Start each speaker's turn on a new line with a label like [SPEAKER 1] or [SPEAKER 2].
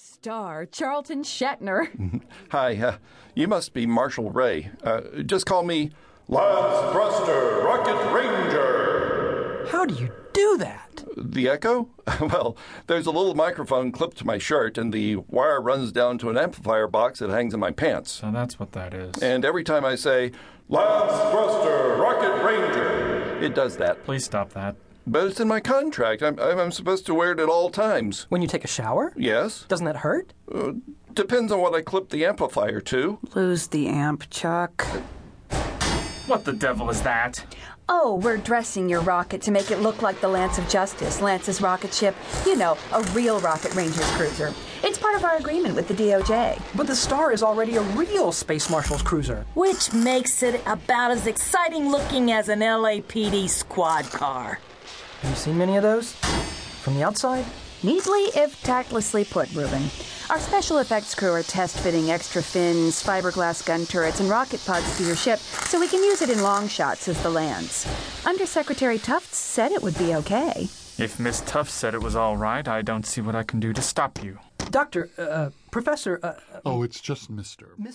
[SPEAKER 1] star, Charlton Shatner.
[SPEAKER 2] Hi, uh, you must be Marshall Ray. Uh, just call me Lance Thruster, Rocket Ranger.
[SPEAKER 3] How do you do that?
[SPEAKER 2] The echo? well, there's a little microphone clipped to my shirt, and the wire runs down to an amplifier box that hangs in my pants.
[SPEAKER 4] So that's what that is.
[SPEAKER 2] And every time I say, Lance Thruster, Rocket Ranger, it does that.
[SPEAKER 4] Please stop that.
[SPEAKER 2] But it's in my contract. I'm, I'm I'm supposed to wear it at all times.
[SPEAKER 3] When you take a shower?
[SPEAKER 2] Yes?
[SPEAKER 3] Doesn't that hurt?
[SPEAKER 2] Depends on what I clip the amplifier to.
[SPEAKER 5] Lose the amp, Chuck.
[SPEAKER 4] What the devil is that?
[SPEAKER 5] Oh, we're dressing your rocket to make it look like the Lance of Justice, Lance's rocket ship. You know, a real Rocket Rangers cruiser. It's part of our agreement with the DOJ.
[SPEAKER 3] But the star is already a real Space Marshal's cruiser.
[SPEAKER 6] which makes it about as exciting looking as an LAPD squad car.
[SPEAKER 3] Have you seen many of those? From the outside?
[SPEAKER 7] Neatly, if tactlessly put, Reuben. Our special effects crew are test fitting extra fins, fiberglass gun turrets, and rocket pods to your ship so we can use it in long shots as the lands. Undersecretary Tufts said it would be okay.
[SPEAKER 4] If Miss Tuff said it was all right, I don't see what I can do to stop you.
[SPEAKER 3] Doctor, uh, Professor, uh,
[SPEAKER 8] Oh, it's just Mr.